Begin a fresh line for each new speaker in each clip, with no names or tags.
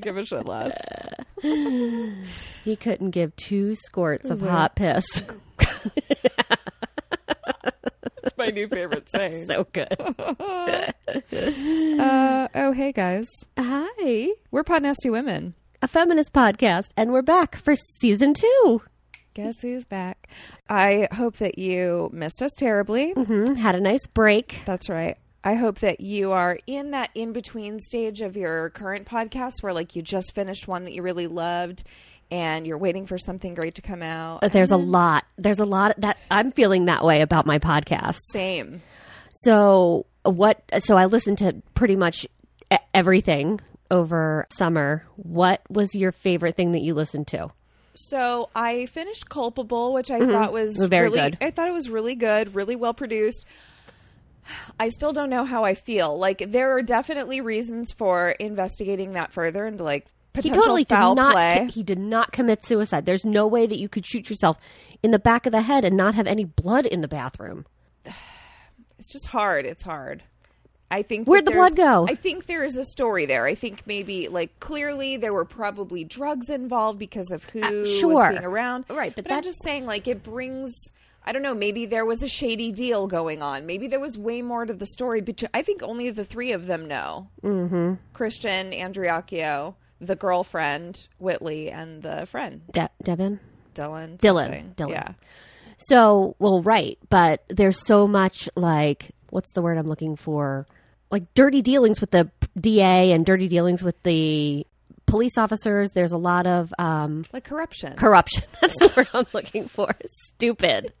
give a shit less.
He couldn't give two squirts of hot piss.
It's my new favorite saying.
so good.
Uh, oh, hey guys,
Hi,
we're pod nasty women.
a feminist podcast, and we're back for season two.
Guess who's back? Mm. I hope that you missed us terribly.
hmm Had a nice break.
That's right. I hope that you are in that in between stage of your current podcast where, like, you just finished one that you really loved and you're waiting for something great to come out.
But there's a lot. There's a lot that I'm feeling that way about my podcast.
Same.
So what? So I listened to pretty much e- everything over summer. What was your favorite thing that you listened to?
So I finished Culpable, which I thought was
Mm-hmm. Very
really,
good.
I thought it was really good, really well produced. I still don't know how I feel. Like there are definitely reasons for investigating that further and like
He
potential
totally did
foul
not.
play.
He did not commit suicide. There's no way that you could shoot yourself in the back of the head and not have any blood in the bathroom.
it's just hard. It's hard. I think
Where'd
that
the blood
there's-
go?
I think there is a story there. I think maybe like clearly there were probably drugs involved because of who was
Uh, sure.
being around.
Right, but
I'm
that-
just saying like it brings. I don't know. Maybe there was a shady deal going on. Maybe there was way more to the story. Between I think only the three of them know. Mm-hmm. Christian Andriacchio, the girlfriend Whitley, and the friend
De- Devin.
Dylan.
Dylan,
something.
Dylan.
Yeah.
So, well, right, but there's so much like what's the word I'm looking for? Like dirty dealings with the DA and dirty dealings with the police officers. There's a lot of um,
Like corruption.
corruption. That's the word I'm looking for. Stupid.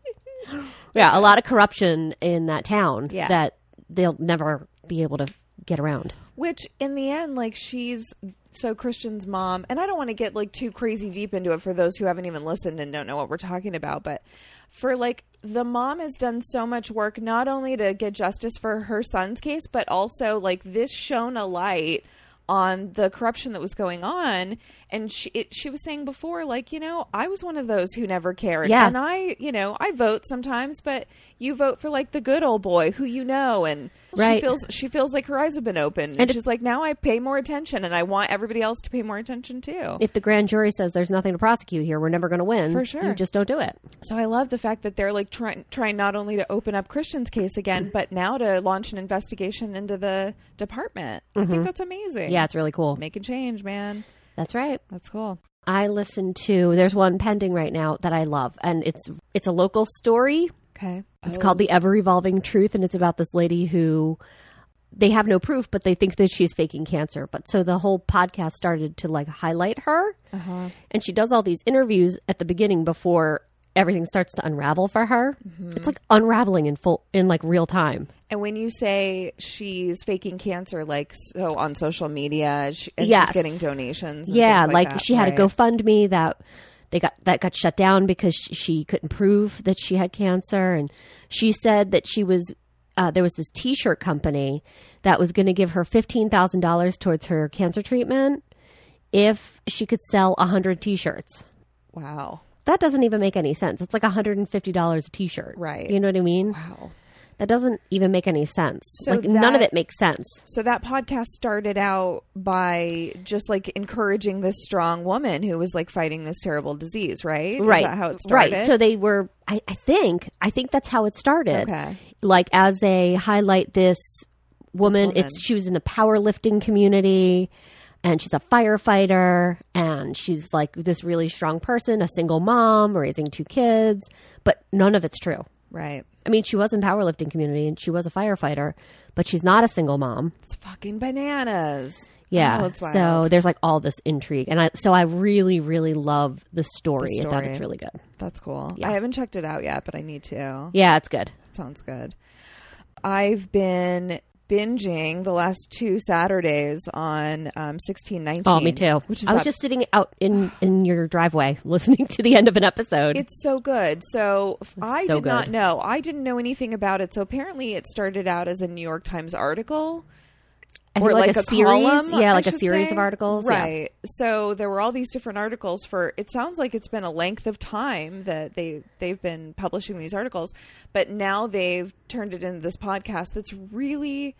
Yeah, a lot of corruption in that town
Yeah.
that they'll never be able to get around.
Which in the end, like she's so Christian's mom, and I don't want to get like too crazy deep into it for those who haven't even listened and don't know what we're talking about, but for like the mom has done so much work not only to get justice for her son's case, but also like this shone a light on the corruption that was going on and she it, she was saying before like you know I was one of those who never cared
Yeah.
and I you know I vote sometimes but you vote for like the good old boy who you know and she
Right.
feels she feels like her eyes have been opened and,
And
she's like now i pay more attention and i want everybody else to pay more attention too
If the grand jury says there's nothing to prosecute here, we're never going to win.
For sure.
you just don't do it.
so i love the fact that they're like trying trying not only to open up christian's case again but now to launch an investigation into the department i think that's amazing
Mm-hmm. Yeah, it's really cool.
make a change man
That's right.
that's cool
I listen to there's one pending right now that I love and it's it's a local story.
okay
It's called The Ever Evolving Truth and it's about this lady who they have no proof but they think that she's faking cancer. But so the whole podcast started to like highlight her.
Uh-huh.
And she does all these interviews at the beginning before everything starts to unravel for her.
Mm-hmm.
It's like unraveling in full in like real time.
and when you say she's faking cancer like so on social media she, and
Yes.
she's getting donations and
yeah
things
like
that,
she had
right?
a gofundme that they got that got shut down because sh- she couldn't prove that she had cancer and she said that she was uh, there was this t-shirt company that was going to give her $15000 towards her cancer treatment if she could sell 100 t-shirts
wow
that doesn't even make any sense it's like $150 a t-shirt
Right.
you know what i mean
wow
that doesn't even make any sense
So
like none of
that-
it makes sense
So that podcast started out by just like encouraging this strong woman who was like fighting this terrible disease, right?
right
Is that how it started?
right so they were I, I think i think that's how it started
Okay.
like as they highlight this woman,
woman.
it's she was in the powerlifting community and she's a firefighter and she's like this really strong person a single mom raising two kids but none of it's true
right.
i mean she was in powerlifting community and she was a firefighter but she's not a single mom
It's fucking bananas.
yeah
Oh, that's wild.
so there's like all this intrigue and i so i really really love the story, i thought
story.
it's really good
That's cool. I haven't checked it out yet, but I need to.
yeah it's good
Sounds good. I've been binging the last two Saturdays on um, sixteen nineteen.
Oh, me too.
Which is
I was
that-
just sitting out in in your driveway listening to the end of an episode.
It's so good. So f- I
so
did not
good.
know. I didn't know anything about it. So apparently, it started out as a New York Times article.
I think series,
column,
yeah,
I
like a
should
series
say.
of articles, yeah.
right? So there were all these different articles for. It sounds like it's been a length of time that they they've been publishing these articles, but now they've turned it into this podcast that's really,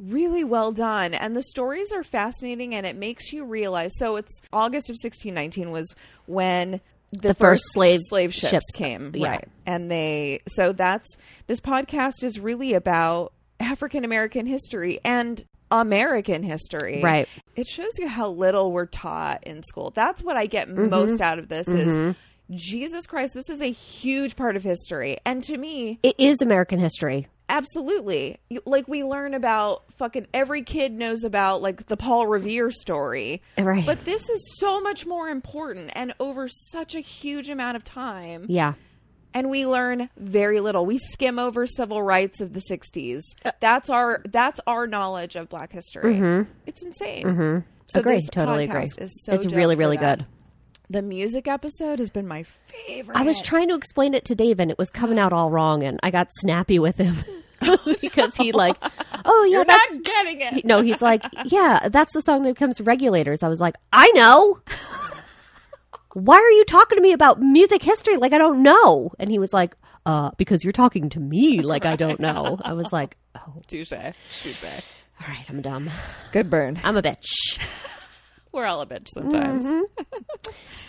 really well done and the stories are fascinating and it makes you realize so it's august of 1619 was when the,
The first
first,
slave
slave, ships,
ships,
came
yeah.
right and they so that's this podcast is really about african american history and american history
Right.
it shows you how little we're taught in school that's what i get
Mm-hmm.
most out of this is jesus christ this is a huge part of history and to me
It is American history.
Absolutely. You- Like we learn about fucking every kid knows about like the Paul Revere story.
Right.
But this is so much more important and over such a huge amount of time.
yeah.
And we learn very little. We skim over civil rights of the 60s.
Uh,
That's our that's our knowledge of black history. It's insane. Mm-hmm. So
agree.
this
Totally agree.
podcast is so
it's
dope
really,
for
really
that.
good.
The music episode has been my favorite.
I was trying to explain it to Dave, and it was coming out all wrong, and I got snappy with him because he like, oh yeah,
You're
that's
not getting it.
no. He's like, yeah, that's the song that becomes Regulators. I was like, I know. Why are you talking to me about music history like I don't know? And he was like, uh, because you're talking to me like I don't know. I was like, oh,
Touche. Touche.
all right, I'm dumb.
Good burn.
I'm a bitch.
We're all a bitch sometimes.
Mm-hmm.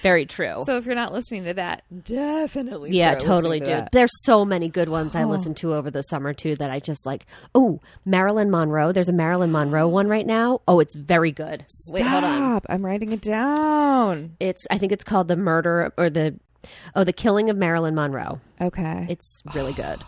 Very true.
So if you're not listening to that, definitely.
Yeah,
start listening
totally,
to
dude.
that.
There's so many good ones I listened to over the summer too that I just like. Oh, Marilyn Monroe. There's a Marilyn Monroe one right now. Oh, it's very good. Wait, hold on.
Stop. I'm writing it down.
It's I think it's called the murder or the oh the killing of Marilyn Monroe.
Okay.
It's really good.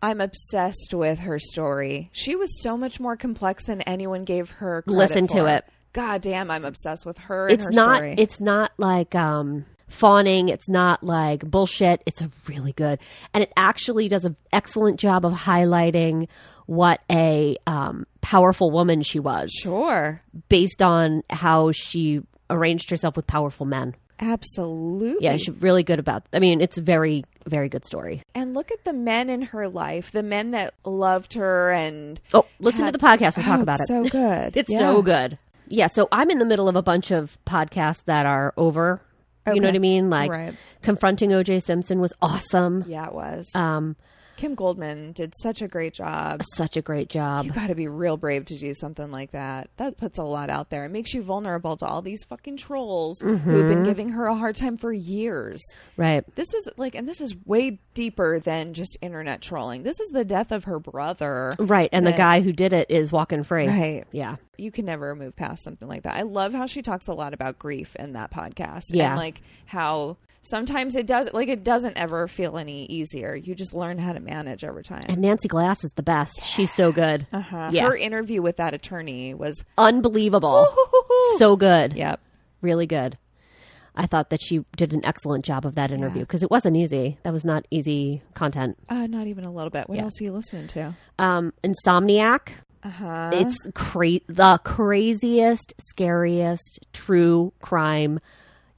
I'm obsessed with her story. She was so much more complex than anyone gave her credit
Listen to
for.
it.
God damn, I'm obsessed with her and
It's
her
not.
story.
It's not like um fawning. It's not like bullshit. It's really good, and it actually does an excellent job of highlighting what a um, powerful woman she was.
sure.
based on how she arranged herself with powerful men.
Absolutely.
Yeah, she's really good about. I mean, it's a very, very good story.
and look at the men in her life, the men that loved her and
Oh, listen to the podcast. We'll talk
Oh,
about it.
it's So good.
it's
Yeah.
so good. Yeah, so I'm in the middle of a bunch of podcasts that are over. You know
Okay.
what I mean? Like
Right.
confronting O.J. Simpson was awesome.
Yeah, it was.
Um,
Kim Goldman did such a great job.
such a great job.
You got to be real brave to do something like that. That puts a lot out there. It makes you vulnerable to all these fucking trolls who've
Mm-hmm.
been giving her a hard time for years.
Right.
This is like, and this is way deeper than just internet trolling. This is the death of her brother.
Right. And the
Right.
guy who did it is walking free.
Right.
Yeah.
You can never move past something like that. I love how she talks a lot about grief in that podcast.
Yeah.
And like how sometimes it does, like, it doesn't ever feel any easier. You just learn how to manage over time.
And Nancy Glass is the best. She's so good.
Uh-huh.
Yeah.
Her interview with that attorney was
Unbelievable. so good.
Yep.
really good. I thought that she did an excellent job of that interview because it wasn't easy. That was not easy content.
Uh, not even a little bit. What else are you listening to?
Um, Insomniac.
Uh-huh.
It's cra- the craziest, scariest true crime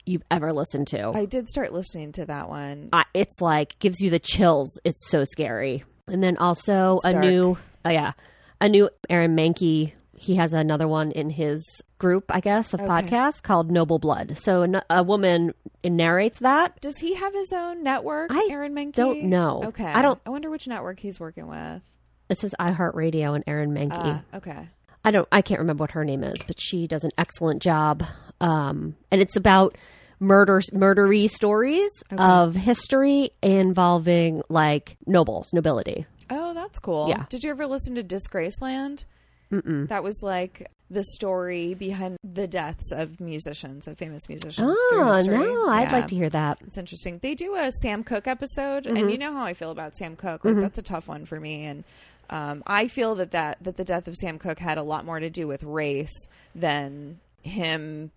you've ever listened to.
I did start listening to that one.
I, it's like gives you the chills. It's so scary. And then also a
dark.
new, oh yeah, a new Aaron Mankey. He has another one in his group, I guess, of podcasts called Noble Blood. So a, a woman narrates that.
Does he have his own network,
I
Aaron Menke?
don't know.
Okay.
Oh, I don't-
I wonder which network he's working with.
It says iHeartRadio and Erin Menke.
Uh, okay.
I don't I can't remember what her name is, but she does an excellent job. Um, and it's about murder murdery stories of history involving like nobles, nobility.
Oh, that's cool.
Yeah.
Did you ever listen to Disgraceland? Mm-mm. That was like the story behind the deaths of musicians, of famous musicians. through
Oh,
history.
no, I'd
Yeah.
like to hear that.
It's interesting. They do a Sam Cooke episode, and you know how I feel about Sam Cooke. Like that's a tough one for me, and um, I feel that, that that the death of Sam Cooke had a lot more to do with race than him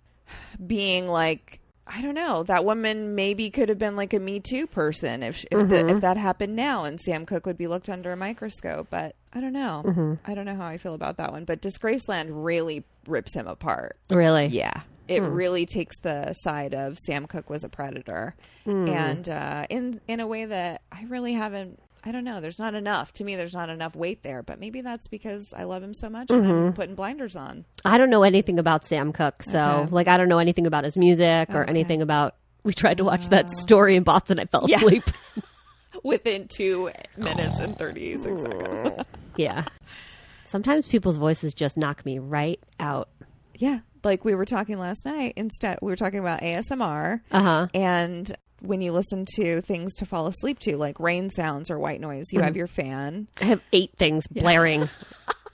being like I don't know that woman maybe could have been like a Me Too person if she, if, the, if that happened now, and Sam Cooke would be looked under a microscope. But I don't know. I don't know how I feel about that one. But Disgraceland really rips him apart.
Really?
Yeah. It really takes the side of Sam Cook was a predator. And uh, in in a way that I really haven't I don't know, there's not enough. To me there's not enough weight there, but maybe that's because I love him so much and I'm putting blinders on.
I don't know anything about Sam Cooke, so like I don't know anything about his music or anything about we tried to watch that story in Boston. I fell
Ah. Yeah.
asleep.
Within two minutes and thirty six seconds.
yeah. Sometimes people's voices just knock me right out.
Yeah. Like we were talking last night, instead, we were talking about ASMR
Uh huh.
and when you listen to things to fall asleep to, like rain sounds or white noise, you have your fan.
I have eight things blaring.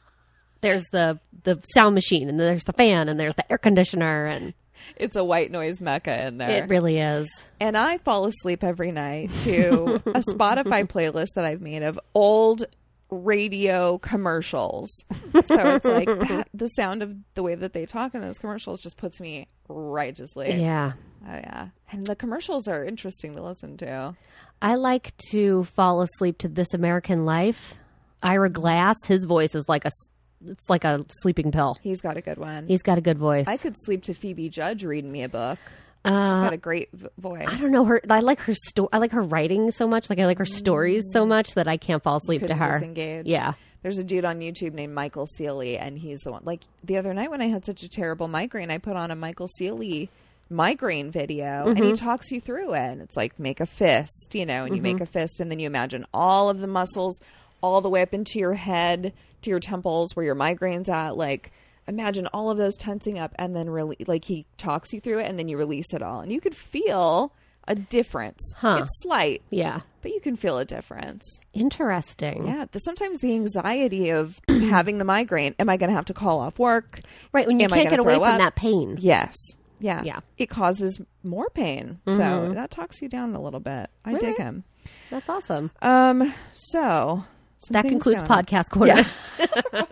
there's the the sound machine, and there's the fan, and there's the air conditioner, and
It's a white noise mecca in there.
it really is.
and I fall asleep every night to a Spotify playlist that I've made of old radio commercials. So it's like that, the sound of the way that they talk in those commercials just puts me right to sleep.
Yeah.
Oh yeah. And the commercials are interesting to listen to.
I like to fall asleep to This American Life. Ira Glass, his voice is like a s- it's like a sleeping pill.
He's got a good one.
He's got a good voice.
I could sleep to Phoebe Judge reading me a book. She's
Uh,
got a great v- voice.
I don't know her. I like her sto- I like her writing so much. Like I like her stories
Mm.
so much that I can't fall asleep to
Couldn't
her.
disengage.
Yeah.
There's a dude on YouTube named Michael Seely, and he's the one. Like the other night when I had such a terrible migraine, I put on a Michael Seely migraine video, and
Mm-hmm.
he talks you through it. And it's like make a fist, you know, and you
Mm-hmm.
make a fist, and then you imagine all of the muscles, all the way up into your head, to your temples, where your migraine's at. Like imagine all of those tensing up, and then really, like he talks you through it, and then you release it all, and you could feel a difference.
Huh.
It's slight,
Yeah.
but you can feel a difference.
Interesting.
Yeah, the, sometimes the anxiety of having the migraine. Am I going to have to call off work?
Right when you
Am I
can't get
gonna
away
throw
from
up?
that pain.
Yes. Yeah. Mm-hmm.
Yeah.
It causes more pain. So that talks you down a little bit. I dig him.
That's awesome.
Um, so some
that
things
concludes
going on.
podcast quarter.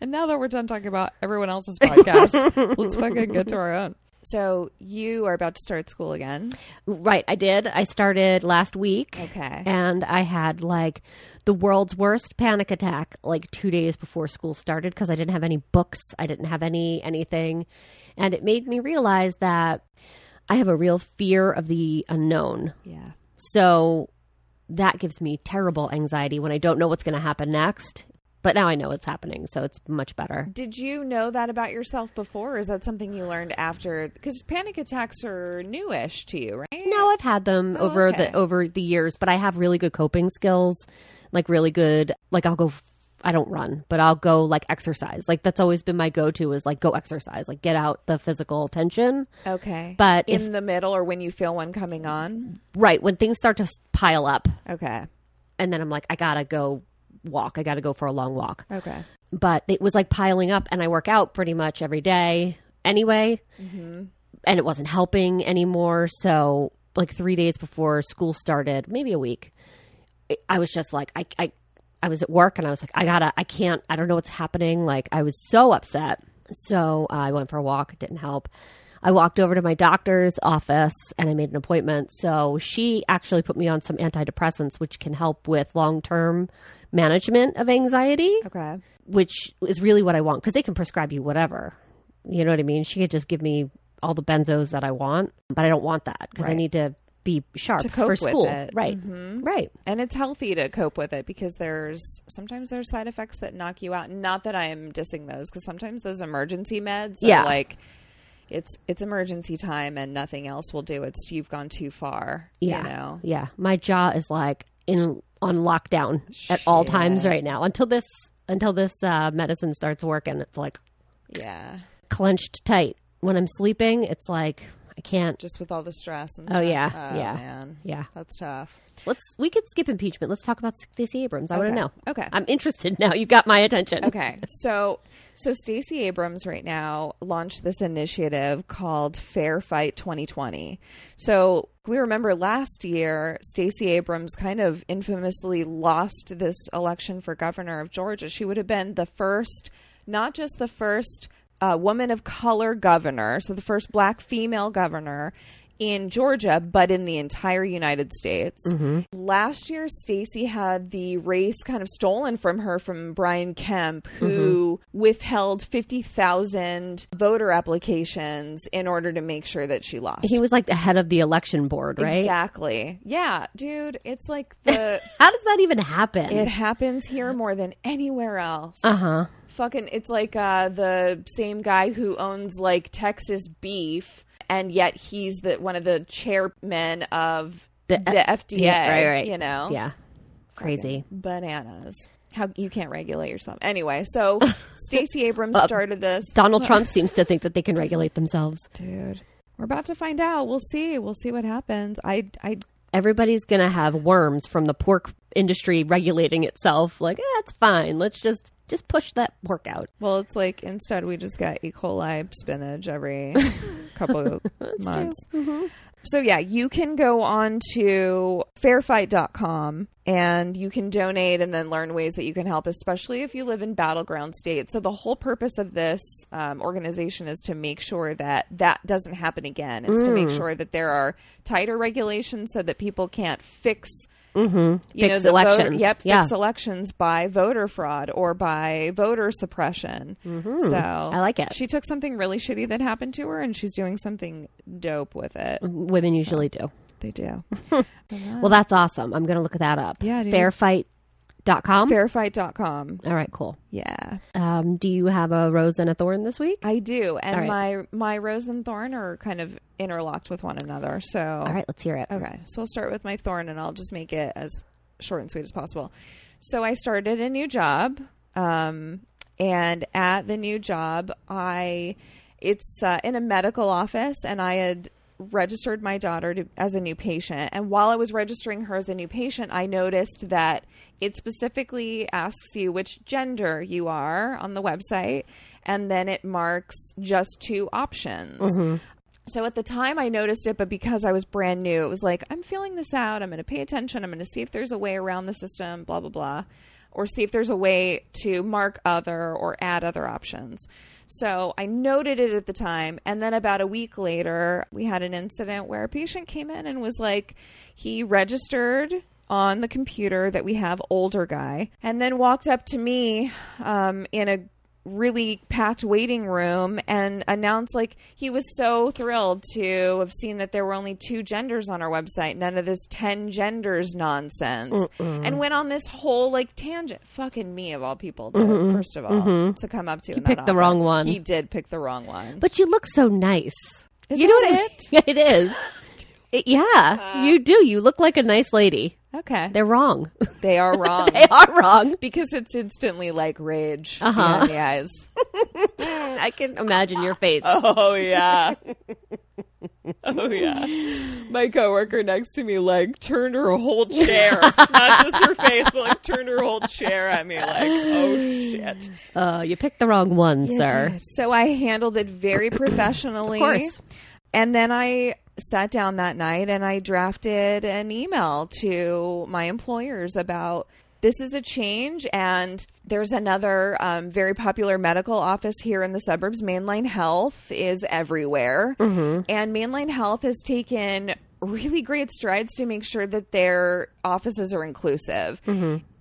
And now that we're done talking about everyone else's podcast, let's fucking get to our own. So you are about to start school again.
Right, I did. I started last week.
Okay.
And I had like the world's worst panic attack like 2 days before school started because I didn't have any books, I didn't have any anything. And it made me realize that I have a real fear of the unknown.
Yeah.
So that gives me terrible anxiety when I don't know what's going to happen next. But now I know it's happening, so it's much better.
Did you know that about yourself before? Or is that something you learned after? Because panic attacks are newish to you, right?
No, I've had them
Oh,
over
okay.
the over the years, but I have really good coping skills, like really good. Like I'll go, f- I don't run, but I'll go like exercise. Like that's always been my go-to is like go exercise, like get out the physical tension.
Okay.
But
in
if
the middle or when you feel one coming on.
right when things start to s- pile up,
Okay.
and then I'm like, I gotta go walk. I gotta go for a long walk.
Okay.
But it was like piling up, and I work out pretty much every day anyway, and it wasn't helping anymore. So like three days before school started, maybe a week. I was just like, I, I, I was at work and I was like, I gotta, I can't, I don't know what's happening. Like, I was so upset. So uh, I went for a walk. It didn't help. I walked over to my doctor's office and I made an appointment. So she actually put me on some antidepressants, which can help with long term management of anxiety,
Okay.
which is really what I want because they can prescribe you whatever. You know what I mean? She could just give me all the benzos that I want, but I don't want that because I
Right.
need to be sharp
To cope
for
with
school.
it. Mm-hmm.
Right. Right.
And it's healthy to cope with it because there's sometimes there's side effects that knock you out. Not that I am dissing those because sometimes those emergency meds
Yeah.
are like it's it's emergency time and nothing else will do. It's you've gone too far.
Yeah.
You know.
Yeah. My jaw is like in on lockdown at all
Shit.
times right now until this until this uh, medicine starts working. It's like
Yeah.
clenched tight. When I'm sleeping, it's like I can't.
Just with all the stress and
Oh,
stuff.
yeah.
Oh,
Yeah.
Man.
Yeah.
That's tough.
Let's we could skip impeachment. Let's talk about Stacey Abrams. I want to
Okay.
know.
Okay.
I'm interested now. You got my attention.
Okay. So so Stacey Abrams right now launched this initiative called Fair Fight 2020. So we remember last year Stacey Abrams kind of infamously lost this election for governor of Georgia. She would have been the first not just the first uh, woman of color governor, so the first black female governor in Georgia, but in the entire United States.
Mm-hmm.
Last year, Stacey had the race kind of stolen from her from Brian Kemp, who
Mm-hmm.
withheld 50,000 voter applications in order to make sure that she lost.
He was like the head of the election board, right?
Exactly. Yeah, dude, it's like the
How does that even happen?
it happens here more than anywhere else.
uh huh.
fucking it's like uh the same guy who owns like Texas beef and yet he's the one of the chairmen of the,
The-
FDA
yeah, right, right.
you know
Yeah. Crazy.
bananas how you can't regulate yourself. Anyway, so Stacey Abrams
Uh,
started this.
Donald Trump seems to think that they can regulate themselves.
Dude, we're about to find out. We'll see. We'll see what happens. I I
Everybody's going to have worms from the pork industry regulating itself. Like, eh, it's fine. Let's just just push that pork out.
well, it's like instead we just got E. coli spinach every couple of months.
Mm-hmm.
So yeah, you can go on to fairfight.com and you can donate and then learn ways that you can help, especially if you live in battleground states. So the whole purpose of this um, organization is to make sure that that doesn't happen again. It's to
Mm.
make sure that there are tighter regulations so that people can't fix you
Mm-hmm.
the
Fix
voter-
elections.
yep,
Yeah.
fix elections by voter fraud or by voter suppression. So I
Mm-hmm. like it.
She took something really shitty that happened to her, and she's doing something dope with it.
Women usually do.
They do.
Mm-hmm. Well, that's awesome. I'm going to look that up.
Yeah, dude.
Fairfight.com.
Fairfight.com.
All right, cool.
Yeah,
Um, do you have a rose and a thorn this week?
I do. And
All
my my rose and thorn are kind of interlocked with one another. So
All right, let's hear it.
Okay, so I'll start with my thorn, and I'll just make it as short and sweet as possible. So I started a new job, um, and at the new job, I it's uh, in a medical office, and I had registered my daughter to, as a new patient. And while I was registering her as a new patient, I noticed that it specifically asks you which gender you are on the website, and then it marks just two options. So at the time I noticed it, but because I was brand new, it was like, I'm feeling this out. I'm going to pay attention. I'm going to see if there's a way around the system, blah, blah, blah, or see if there's a way to mark other or add other options. So I noted it at the time. And then about a week later, we had an incident where a patient came in and was like, he registered on the computer that we have older guy and then walked up to me um, in a really packed waiting room and announced like he was so thrilled to have seen that there were only two genders on our website none of this 10 genders nonsense and went on this whole like tangent fucking me of all people to, first of all to come up to you
Mm-hmm. picked the wrong one.
he did pick the wrong one
But you look so nice.
Is
you know
that
what I mean? it is. It- yeah,
Uh,
you do. You look like a nice lady.
okay
They're wrong.
they are wrong
they are wrong.
because it's instantly like rage
Uh-huh.
behind the eyes
I can imagine your face.
Oh yeah. Oh yeah. My coworker next to me like turned her whole chair, not just her face, but like turned her whole chair at me like, "Oh shit."
Uh, you picked the wrong one, sir.
So I handled it very professionally.
Of course.
And then I sat down that night and I drafted an email to my employers about this is a change and there's another um, very popular medical office here in the suburbs mainline health is everywhere and mainline health has taken really great strides to make sure that their offices are inclusive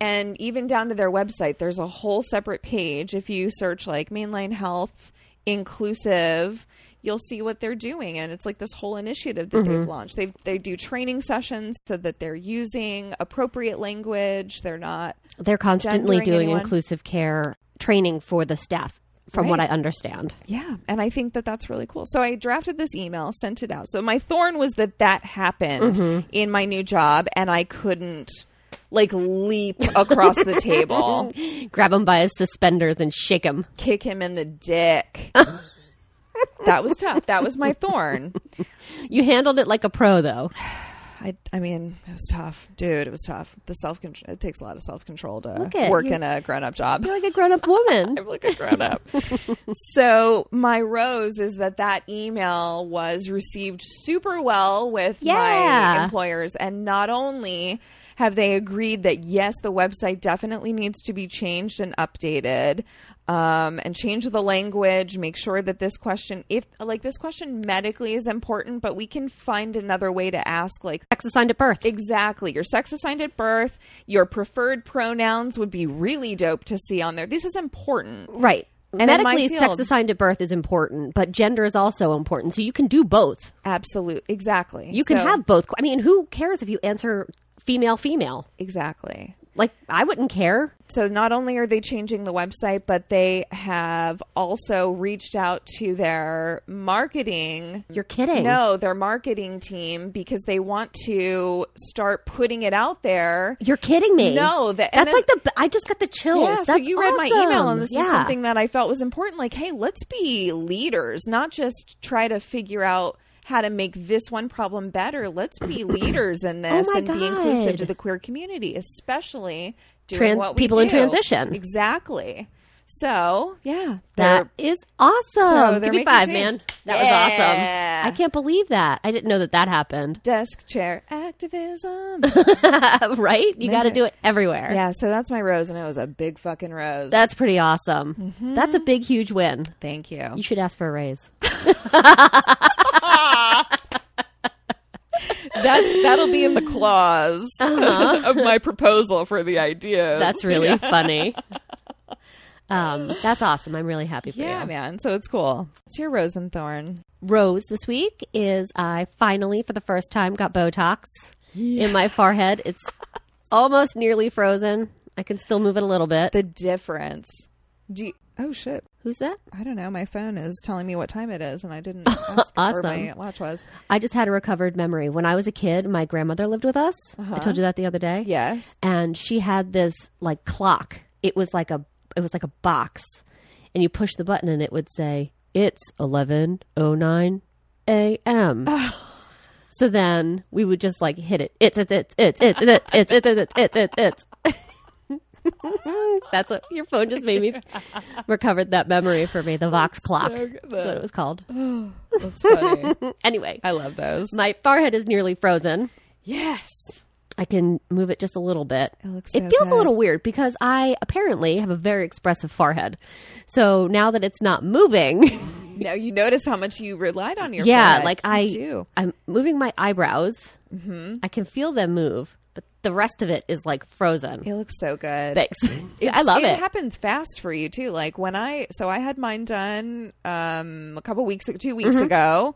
and even down to their website there's a whole separate page if you search like mainline health inclusive you'll see what they're doing and it's like this whole initiative that they've launched they they do training sessions so that they're using appropriate language they're not
They're constantly
Gendering
doing
anyone?
inclusive care training for the staff, from what I
Right.
understand.
yeah and i think that that's really cool so i drafted this email sent it out so my thorn was that that happened in my new job and i couldn't like leap across the table
Grab him by his suspenders and shake him.
kick him in the dick that was tough that was my thorn
You handled it like a pro, though.
I, I mean, it was tough, dude. It was tough. The self control. It takes a lot of self control to
at
work
you.
in a grown up job.
You're like a grown up woman.
I'm like a grown up. so my rose is that that email was received super well with my
Yeah.
employers, and not only have they agreed that yes, the website definitely needs to be changed and updated. Um, and change the language. Make sure that this question, if like this question medically is important, but we can find another way to ask, like,
Sex assigned at birth.
Exactly. Your sex assigned at birth, your preferred pronouns would be really dope to see on there. This is important.
Right.
in my
Medically, sex
field-
assigned at birth is important, but gender is also important. So you can do both.
Absolute. Exactly.
You can
So-
have both. I mean, who cares if you answer female, female?
Exactly.
Like I wouldn't care.
So not only are they changing the website, but they have also reached out to their marketing.
You're kidding.
No, their marketing team because they want to start putting it out there.
You're kidding me.
No, the- and
that's
then-
like the. I just got the chills.
Yeah, so
Oh, That's
you read my email,
awesome.
and this
yeah.
is something that I felt was important. Like, hey, let's be leaders, not just try to figure out how to make this one problem better. Let's be leaders in this
Oh my
and be inclusive to
God.
the queer community, especially doing
Trans-
what we
people in
do.
transition.
Exactly. So, yeah,
That
they're-
is awesome.
So they're
Give me
making
five,
change.
man. That
Yeah.
was awesome. I can't believe that. I didn't know that that happened.
desk chair activism.
right? You got to
it.
do it everywhere.
yeah, so that's my rose, and it was a big fucking rose.
That's pretty awesome.
Mm-hmm.
That's a big, huge win.
Thank you.
You should ask for a raise.
That's that'll be in the clause of my proposal for the idea.
That's really funny. Um, that's awesome. I'm really happy for
yeah,
you.
man. So it's cool. It's your rose and thorn.
Rose this week is I finally, for the first time, got Botox in my forehead. It's almost nearly frozen. I can still move it a little bit.
The difference. Do you, oh shit.
Who's that?
I don't know. My phone is telling me what time it is, and I didn't. Ask Where
Awesome.
my watch was.
I just had a recovered memory. When I was a kid, my grandmother lived with us. I told you that the other day.
Yes.
And she had this like clock. It was like a it was like a box. And you push the button and it would say, It's eleven oh nine AM. So then we would just like hit it. It's it's it's it's it's it's it's it's it's it's it's it's it's That's what your phone just made me recovered that memory for me. The Vox clock.
good.
That's what it was called.
That's funny.
Anyway,
I love those.
my forehead is nearly frozen.
Yes.
I can move it just a little bit.
It looks so
it feels
good.
a little weird because I apparently have a very expressive forehead. So now that it's not moving,
Now you notice how much you relied on your.
yeah,
forehead.
like
You
I
do. Mm-hmm.
I'm moving my eyebrows. I can feel them move, but the rest of it is like frozen.
It looks so good.
Thanks. I love it.
It happens fast for you too. Like when I, so I had mine done um, a couple weeks, two weeks
Mm-hmm.
ago,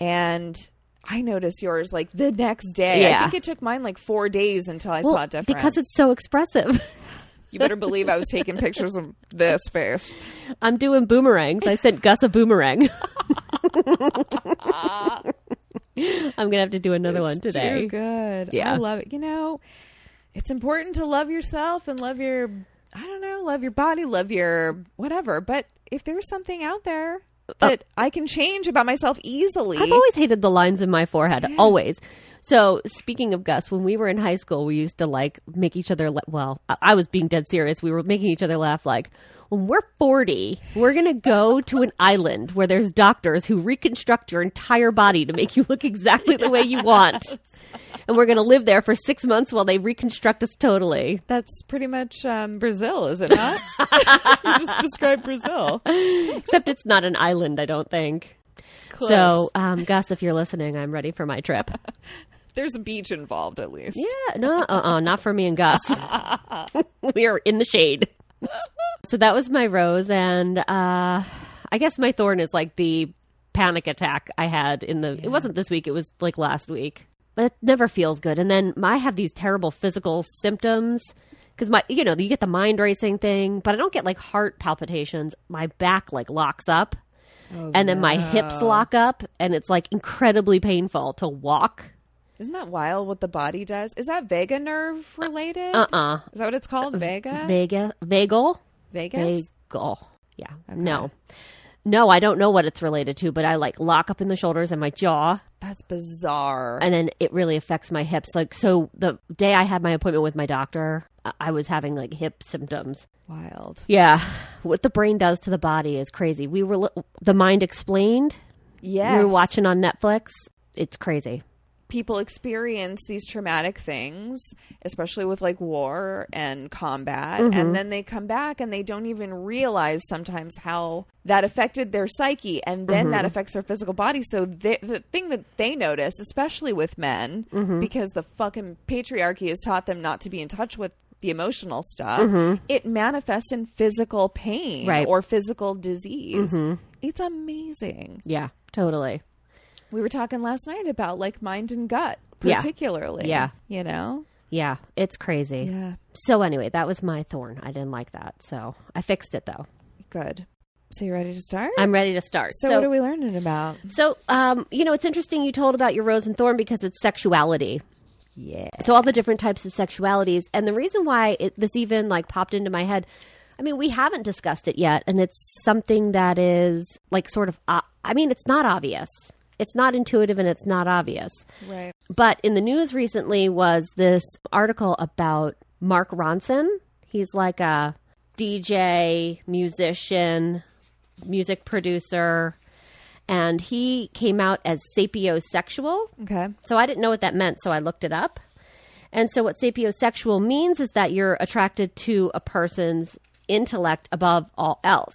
and I noticed yours like the next day. I
Yeah.
think it took mine like four days until I saw
Well,
a difference.
because it's so expressive.
you better believe I was taking pictures of this face.
I'm doing boomerangs. I sent Gus a boomerang. I'm gonna have to do another one
It's
today.
Too good.
Yeah.
I love it. You know, it's important to love yourself and love your, I don't know, love your body, love your whatever. But if there's something out there that I can change about myself easily.
Uh, I've always hated the lines in my forehead. Always. So speaking of Gus, when we were in high school, we used to like make each other. La- well, I-, I was being dead serious. We were making each other laugh. Like when we're forty, we're gonna go to an island where there's doctors who reconstruct your entire body to make you look exactly the way you want. And we're going to live there for six months while they reconstruct us totally.
That's pretty much um, Brazil, is it not? you just described Brazil.
Except it's not an island, I don't think.
Close.
So, um, Gus, if you're listening, I'm ready for my trip.
There's a beach involved, at least.
Yeah, no, uh, uh not for me and Gus. we are in the shade. so that was my rose, and uh, I guess my thorn is like the panic attack I had in the. It wasn't this week; it was like last week. But it never feels good. And then I have these terrible physical symptoms because my, you know, you get the mind racing thing, but I don't get like heart palpitations. My back like locks up. and then my hips lock up, and it's like incredibly painful to walk.
Isn't that wild what the body does? Is that vaga nerve related?
Uh uh
Is that what it's called? Vega?
Vega, vagal,
Vegas?
vagal. Yeah. No, no, I don't know what it's related to, but I like lock up in the shoulders and my jaw,
That's bizarre.
and then it really affects my hips. Like, so the day I had my appointment with my doctor, I- I was having like hip symptoms.
wild.
Yeah, what the brain does to the body is crazy. We were li- the mind explained.
Yeah.
We were watching on Netflix. It's crazy.
people experience these traumatic things, especially with like war and combat, and then they come back and they don't even realize sometimes how that affected their psyche, and then that affects their physical body. So the the thing that they notice, especially with men, because the fucking patriarchy has taught them not to be in touch with the emotional stuff, it manifests in physical pain
Right.
or physical disease. It's amazing
Yeah, totally.
we were talking last night about like mind and gut
Yeah.
particularly
Yeah.
you know
Yeah, it's crazy.
Yeah.
So anyway, that was my thorn. I didn't like that. So I fixed it though.
Good. So you ready to start?
I'm ready to start.
so, what are we learning about?
so um, you know, it's interesting you told about your rose and thorn because it's sexuality.
Yeah.
So all the different types of sexualities, and the reason why it, this even like popped into my head, I mean, we haven't discussed it yet, and it's something that is like sort of, o- I mean, it's not obvious, it's not intuitive, and it's not obvious.
Right.
But in the news recently was this article about Mark Ronson. He's like a DJ, musician, music producer, and he came out as sapiosexual.
Okay.
So I didn't know what that meant, so I looked it up. And so what sapiosexual means is that you're attracted to a person's intellect above all else.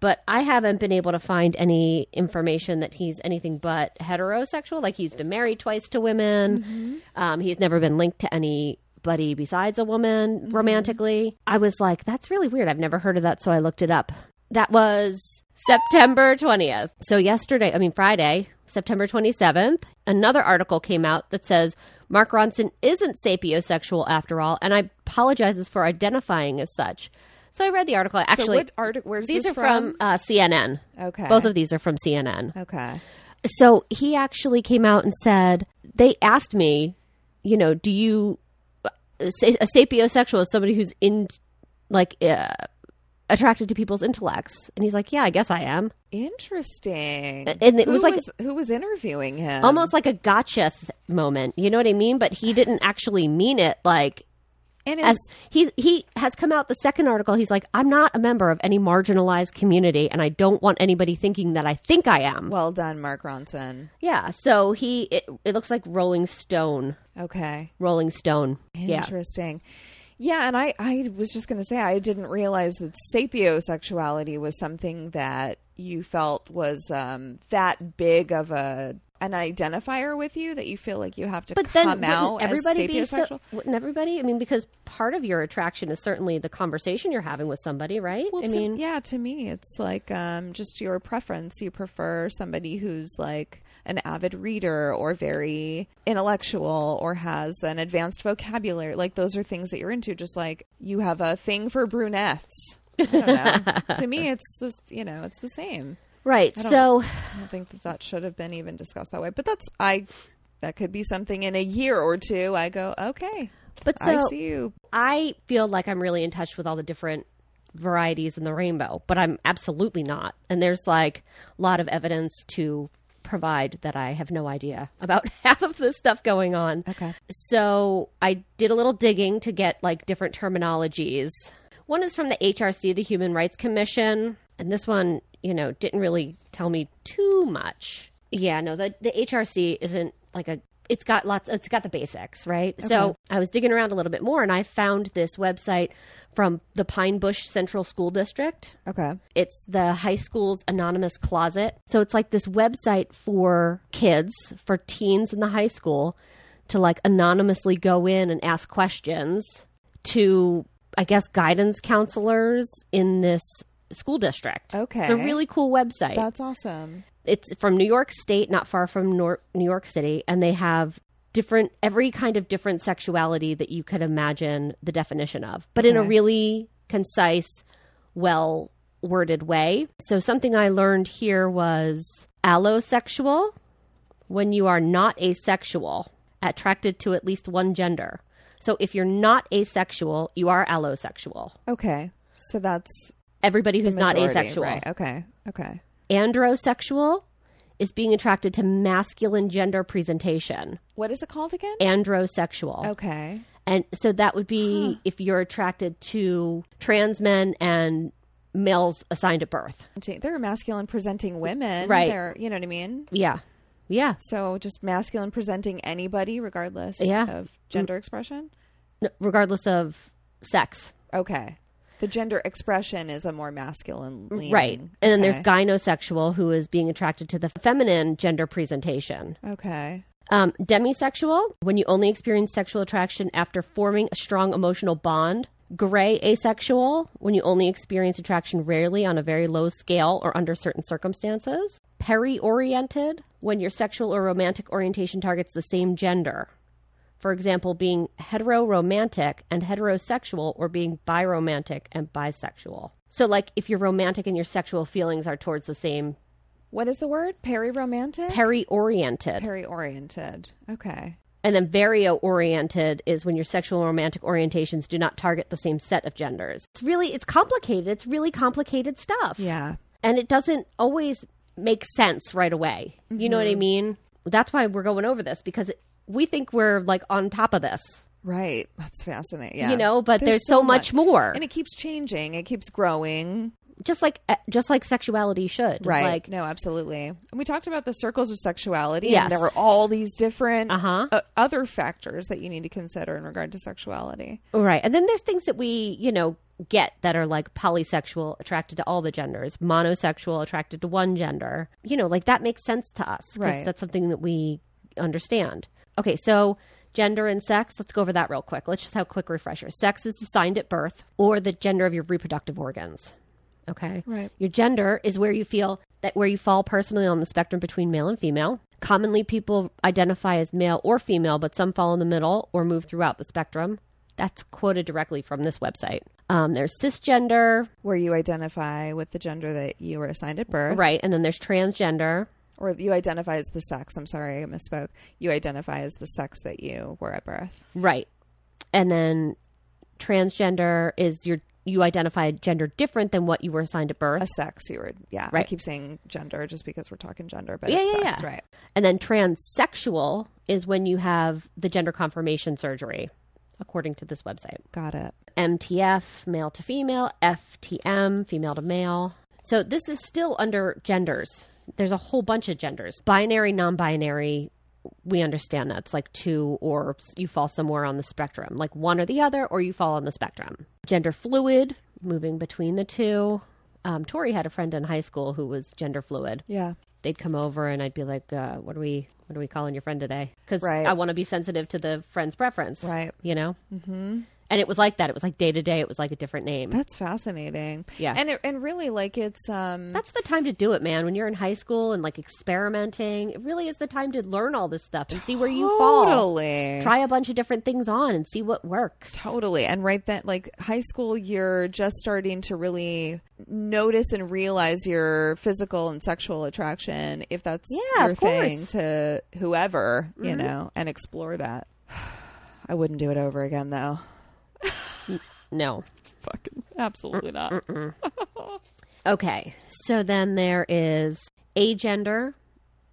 But I haven't been able to find any information that he's anything but heterosexual. Like he's been married twice to women. Um, he's never been linked to anybody besides a woman romantically. I was like, that's really weird. I've never heard of that, so I looked it up. That was September 20th. So, yesterday, I mean, Friday, September 27th, another article came out that says Mark Ronson isn't sapiosexual after all, and I apologizes for identifying as such. So, I read the article. I
so
Actually,
what article? Where's
these
this
are from, uh, CNN.
Okay.
Both of these are from CNN.
Okay.
So, he actually came out and said, They asked me, you know, do you. uh, A sapiosexual is somebody who's in, like, uh, attracted to people's intellects. And he's like, Yeah, I guess I am.
Interesting.
And it
who
was like-
who was interviewing him?
almost like a gotcha th- moment. You know what I mean? But he didn't actually mean it. Like
And
as
his,
he's he has come out the second article. He's like, I'm not a member of any marginalized community, and I don't want anybody thinking that I think I am.
well done, Mark Ronson.
yeah. So he it, it looks like Rolling Stone.
Okay.
Rolling Stone. Yeah.
Interesting. Yeah, and I, I was just going to say, I didn't realize that sapiosexuality was something that you felt was um, that big of a an identifier with you that you feel like you have to
But then
come out
wouldn't everybody
as
be
sapiosexual.
so, wouldn't everybody? I mean, because part of your attraction is certainly the conversation you're having with somebody, right? I
to-
mean,
yeah, to me, it's like um, just your preference. You prefer somebody who's like an avid reader or very intellectual or has an advanced vocabulary. Like those are things that you're into. Just like you have a thing for brunettes. I don't know. to me, it's this. You know, it's the same.
right.
don't-
So
I don't think that that should have been even discussed that way. But that's I. That could be something in a year or two. I go okay.
But
I
so-
see you.
I feel like I'm really in touch with all the different varieties in the rainbow, but I'm absolutely not. And there's like a lot of evidence to provide that I have no idea about half of this stuff going on.
Okay.
So I did a little digging to get like different terminologies. One is from the HRC, the Human Rights Commission, and this one, you know, didn't really tell me too much. Yeah, no, the the HRC isn't like a it's got lots it's got the basics, right? So I was digging around a little bit more and I found this website from the Pine Bush Central School District.
Okay.
It's the high school's anonymous closet. So it's like this website for kids, for teens in the high school to like anonymously go in and ask questions to I guess guidance counselors in this school district.
Okay.
It's a really cool website.
That's awesome.
it's from New York State, not far from Nor- New York City, and they have different every kind of different sexuality that you could imagine the definition of, but in a
Okay.
really concise, well worded way. So something I learned here was allosexual when you are not asexual, attracted to at least one gender. So if you're not asexual, you are allosexual.
Okay. So that's
Everybody who's not
Majority,
asexual.
Right. Okay. Okay.
androsexual is being attracted to masculine gender presentation.
What is it called again?
Androsexual.
okay.
And so that would be if you're attracted to trans men and males assigned at birth.
There are masculine presenting women.
Right.
There, you know what I mean?
Yeah. Yeah.
So just masculine presenting anybody regardless
Yeah. Mm.
of gender expression.
N- regardless of sex.
Okay. The gender expression is a more masculine leaning.
Mm, Right. And then there's
Okay.
gynosexual who is being attracted to the feminine gender presentation.
Okay.
Um, demisexual, when you only experience sexual attraction after forming a strong emotional bond. Gray asexual, when you only experience attraction rarely on a very low scale or under certain circumstances. Peri oriented, when your sexual or romantic orientation targets the same gender. For example, being heteroromantic and heterosexual or being biromantic and bisexual. So, like, if your romantic and your sexual feelings are towards the same
What is the word? Perry romantic?
peri oriented.
Perry oriented. Okay.
and then vario oriented is when your sexual and romantic orientations do not target the same set of genders. It's really, it's complicated. It's really complicated stuff.
Yeah.
and it doesn't always make sense right away. You know what
Mm-hmm.
I mean? That's why we're going over this because it, we think we're like on top of this,
Right. That's fascinating. Yeah.
you know, but there's, so, much, more.
And it keeps changing. It keeps growing.
just like eh, just like sexuality should.
Right.
Like
no, absolutely. And we talked about the circles of sexuality.
Yes.
And there were all these different
Uh-huh.
uh, other factors that you need to consider in regard to sexuality.
right. And then there's things that we, you know, get that are like polysexual attracted to all the genders, monosexual attracted to one gender. You know, like that makes sense to us 'cause
Right.
that's something that we understand. Okay, so gender and sex, let's go over that real quick. Let's just have a quick refresher. Sex is assigned at birth or the gender of your reproductive organs. Okay?
Right.
Your gender is where you feel that where you fall personally on the spectrum between male and female. Commonly people identify as male or female, but some fall in the middle or move throughout the spectrum. That's quoted directly from this website. Um, there's cisgender,
Where you identify with the gender that you were assigned at birth.
right, and then there's transgender.
Or you identify as the sex. I'm sorry, I misspoke. You identify as the sex that you were at birth.
Right. And then transgender is your you identify a gender different than what you were assigned at birth.
A sex you were, yeah. I
Right.
keep saying gender just because we're talking gender, but
Yeah,
it's
yeah,
sex,
yeah.
right?
And then transsexual is when you have the gender confirmation surgery, according to this website.
Got it.
MTF, male to female, FTM, female to male. So this is still under genders. There's a whole bunch of genders. Binary, non binary, we understand that. It's like two or you fall somewhere on the spectrum, like one or the other, or you fall on the spectrum. Gender fluid, moving between the two. Um, Tori had a friend in high school who was gender fluid.
Yeah.
They'd come over and I'd be like, uh, "What are we? What are we calling your friend today?" Because
Right.
I want to be sensitive to the friend's preference
Right.
you know mm-hmm. and it was like that it was like day to day it was like a different name
That's fascinating.
Yeah.
And it, and really like it's um
that's the time to do it man when you're in high school and like experimenting it really is the time to learn all this stuff and see where you fall
totally
try a bunch of different things on and see what works
Totally. And right then, like high school, you're just starting to really notice and realize your physical and sexual attraction, if that's
Yeah,
your
of course. Mm-hmm.
thing to whoever, you know, and explore that. I wouldn't do it over again, though.
no
Fucking absolutely not.
okay so then there is agender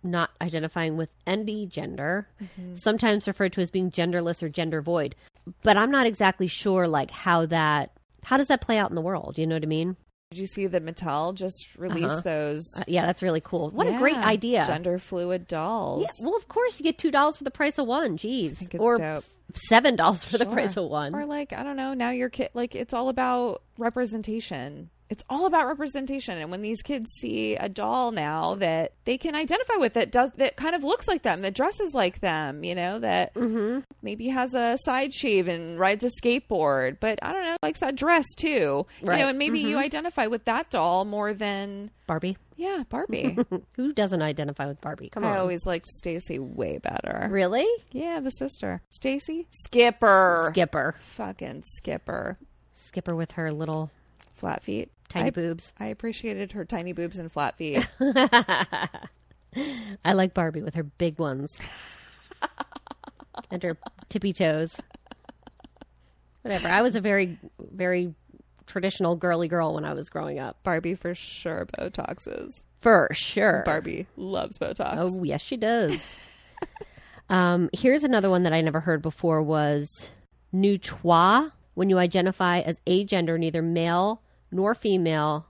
not identifying with any gender
Mm-hmm.
sometimes referred to as being genderless or gender void but i'm not exactly sure like how that how does that play out in the world you know what i mean
Did you see that Mattel just released
Uh-huh.
those?
Uh, yeah that's really cool what
Yeah,
a great idea
Gender fluid dolls.
Yeah, well, of course you get two dollars for the price of one. Jeez,
think it's
or
dope.
seven dollars for the
Sure.
price of one.
Or like, I don't know, now your kid like it's all about representation. It's all about representation. And when these kids see a doll now that they can identify with that does that kind of looks like them, that dresses like them, you know, that
Mm-hmm.
maybe has a side shave and rides a skateboard, but I don't know, likes that dress too. You
Right. Mm-hmm.
know, and maybe you identify with that doll more than
Barbie,
yeah, Barbie.
who doesn't identify with Barbie? Come on,
I always liked Stacy way better.
really,
Yeah, the sister. Stacy? Skipper.
Skipper,
Fucking Skipper.
Skipper with her little
flat feet.
tiny
I,
boobs.
I appreciated her tiny boobs and flat feet.
I like Barbie with her big ones and her tippy toes. Whatever. I was a very, very traditional girly girl when I was growing up,
Barbie for sure Botoxes.
for sure.
Barbie loves Botox.
Oh, yes, she does. um, here's another one that I never heard before was neutra, when you identify as agender, neither male nor female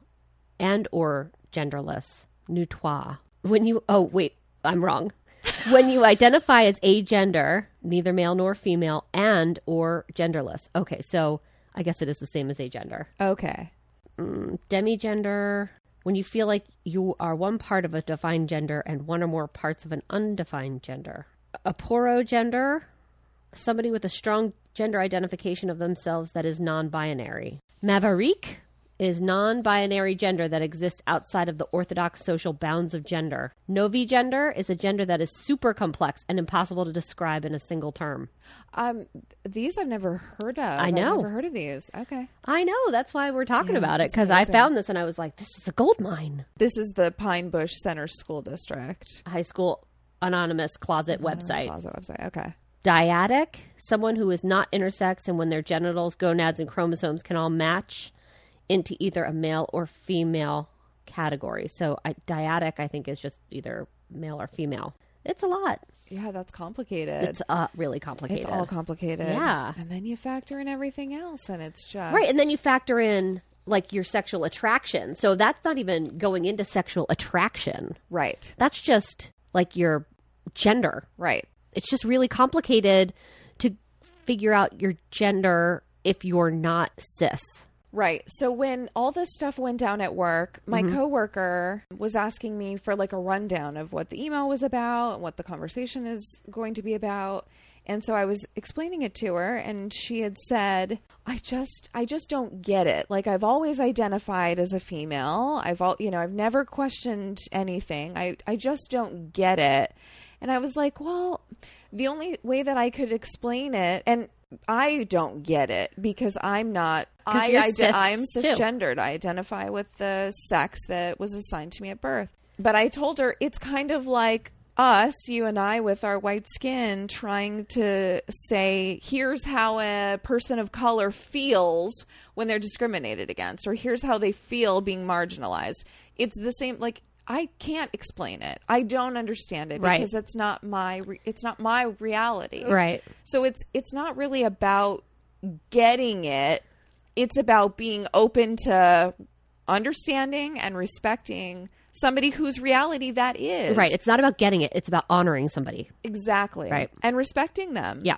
and or genderless. Neutra. When you oh wait, I'm wrong. When you identify as agender, neither male nor female and or genderless. Okay, so I guess it is the same as agender
Okay.
demigender when you feel like you are one part of a defined gender and one or more parts of an undefined gender a porogender somebody with a strong gender identification of themselves that is non-binary maverick is non-binary gender that exists outside of the orthodox social bounds of gender. Novi gender is a gender that is super complex and impossible to describe in a single term.
Um, these I've never heard of.
I
I've
know.
never heard of these. Okay.
I know that's why we're talking
Yeah,
about it
it's
because I
amazing.
found this and I was like, this is a gold mine.
This is the Pine Bush Center School District
High school anonymous closet website.
Plaza website. Okay.
Dyadic, someone who is not intersex and when their genitals, gonads, and chromosomes can all match into either a male or female category. So I, dyadic, I think, is just either male or female. It's a lot.
Yeah, that's complicated.
It's uh, really complicated.
It's all complicated.
Yeah.
And then you factor in everything else and it's just
Right, and then you factor in like your sexual attraction. So that's not even going into sexual attraction.
Right.
That's just like your gender.
Right.
It's just really complicated to figure out your gender if you're not cis.
Right. So when all this stuff went down at work, my coworker was asking me for like a rundown of what the email was about and what the conversation is going to be about. And so I was explaining it to her and she had said, "I just I just don't get it. Like I've always identified as a female. I've all, you know, I've never questioned anything. I I just don't get it." And I was like, "Well, the only way that I could explain it and I don't get it because I'm not
'Cause
I
you're
ide-
cis,
I'm
too.
cisgendered. I identify with the sex that was assigned to me at birth. But I told her it's kind of like us, you and I, with our white skin, trying to say, here's how a person of color feels when they're discriminated against, or here's how they feel being marginalized. It's the same, like, I can't explain it. I don't understand it
Right.
because it's not my re- it's not my reality.
Right.
So it's it's not really about getting it. It's about being open to understanding and respecting somebody whose reality that is.
Right. It's not about getting it, it's about honoring somebody.
Exactly.
Right.
And respecting them.
Yeah.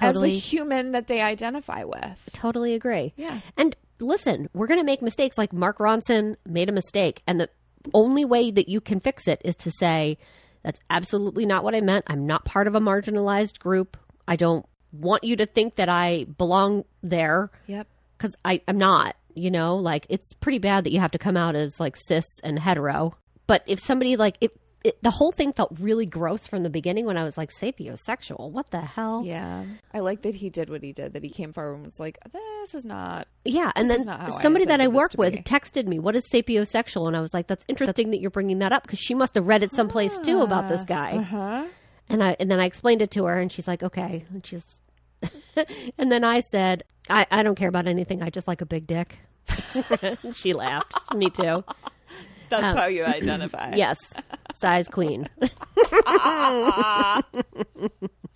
As
Totally
the human that they identify with.
totally agree.
Yeah.
And listen, we're going to make mistakes like Mark Ronson made a mistake and the only way that you can fix it is to say that's absolutely not what I meant. I'm not part of a marginalized group. I don't want you to think that I belong there
Yep.
cuz I I'm not, you know? Like it's pretty bad that you have to come out as like cis and hetero. But if somebody like it, it the whole thing felt really gross from the beginning when I was like sapiosexual. What the hell?
Yeah. I like that he did what he did, that he came forward and was like, This is not
Yeah, and
This is
then
not how I
somebody that I
intended this
work
to
with
be.
texted me, "What is sapiosexual?" And I was like, "That's interesting that you're bringing that up because she must have read it someplace too about
Ah.
this guy."
huh.
And I and then I explained it to her, and she's like, "Okay," and she's, and then I said, I, "I don't care about anything. I just like a big dick." she laughed. me too.
That's
Um,
how you identify.
Yes, size queen.
Oh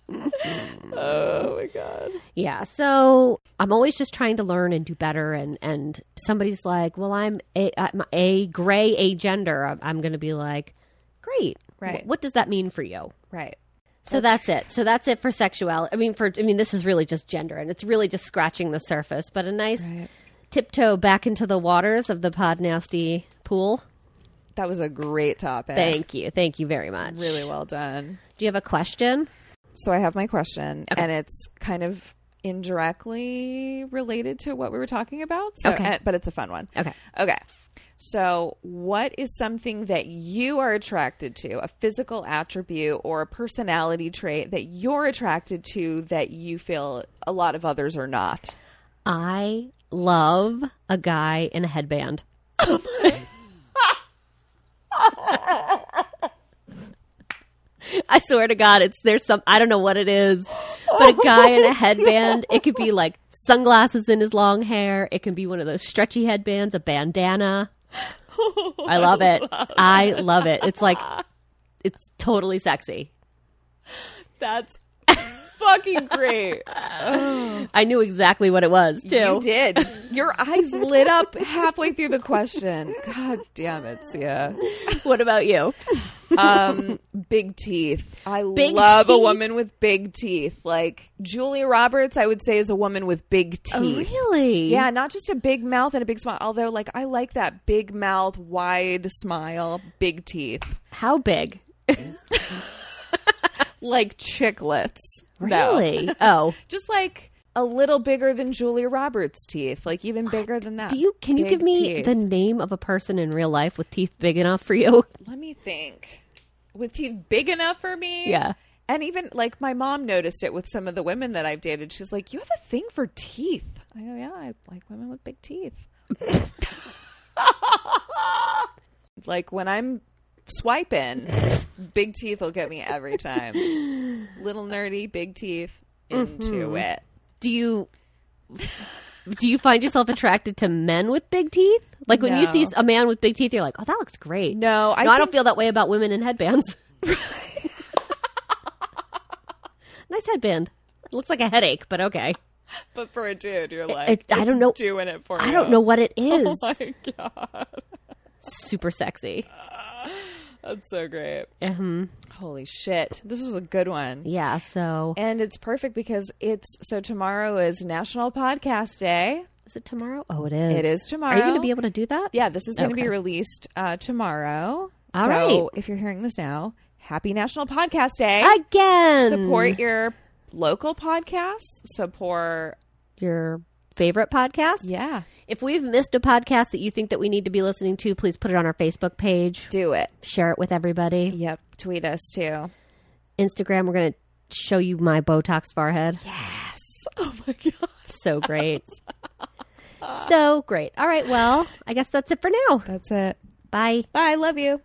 my god.
Yeah. So I'm always just trying to learn and do better. And, and somebody's like, well, I'm a, I'm a gray, a gender. I'm, I'm going to be like, great.
Right.
Wh- what does that mean for you?
Right.
So that's, it. So that's it for sexuality. I mean, for, I mean, this is really just gender and it's really just scratching the surface, but a nice
Right.
tiptoe back into the waters of the pod nasty pool.
That was a great topic.
Thank you. Thank you very much.
Really well done.
Do you have a question?
So I have my question, and it's kind of indirectly related to what we were talking about. So,
Okay.
eh, but it's a fun one.
Okay.
Okay. So, what is something that you are attracted to, a physical attribute or a personality trait that you're attracted to that you feel a lot of others are not?
I love a guy in a headband. I swear to God, it's there's some I don't know what it is, but a guy in a headband. It could be like sunglasses in his long hair. It can be one of those stretchy headbands, a bandana. I love it. I love it. It's like it's totally sexy.
That's fucking great.
I knew exactly what it was too.
You did. Your eyes lit up halfway through the question. God damn it, Sia.
What about you?
um big teeth i
Big
love a
teeth?
woman with big teeth like julia roberts i would say is a woman with big teeth
Really?
Oh, yeah not just a big mouth and a big smile although like i like that big mouth wide smile big teeth
How big?
like chicklets No.
Really? Oh,
just like a little bigger than Julia Roberts' teeth, like even bigger than that.
Do you can you
Big
give me
teeth.
the name of a person in real life with teeth big enough for you?
Let me think. With teeth big enough for me?
Yeah.
And even like my mom noticed it with some of the women that I've dated. She's like, "You have a thing for teeth." I go, "Yeah, I like women with big teeth." like when I'm swiping, big teeth will get me every time. Little nerdy, big teeth into
Mm-hmm.
it.
Do you do you find yourself attracted to men with big teeth? Like when you
No.
see a man with big teeth, you're like, oh, that looks great.
No, I,
No, I don't
think-
feel that way about women in headbands. nice headband. It looks like a headache, but okay.
But for a dude, you're like,
it- I
it's
don't know-
doing it for
I
you.
don't know what it is.
Oh my god,
Super sexy.
that's so great.
Um,
Holy shit. This was a good one.
yeah, so
And it's perfect because it's so tomorrow is National Podcast Day.
is it tomorrow? Oh, it is.
It is tomorrow.
Are you going to be able to do that?
Yeah, this is going to
Okay.
be released uh, tomorrow.
All
so
right.
if you're hearing this now, happy National Podcast Day.
Again.
Support your local podcasts. Support,
your favorite podcast.
yeah,
If we've missed a podcast that you think that we need to be listening to, please put it on our Facebook page.
do it.
Share it with everybody.
Yep, tweet us too.
Instagram, we're going to show you my Botox forehead.
Yes. Oh my God.
So great. so great. All right. Well, I guess that's it for now.
That's it.
Bye.
Bye. Love you.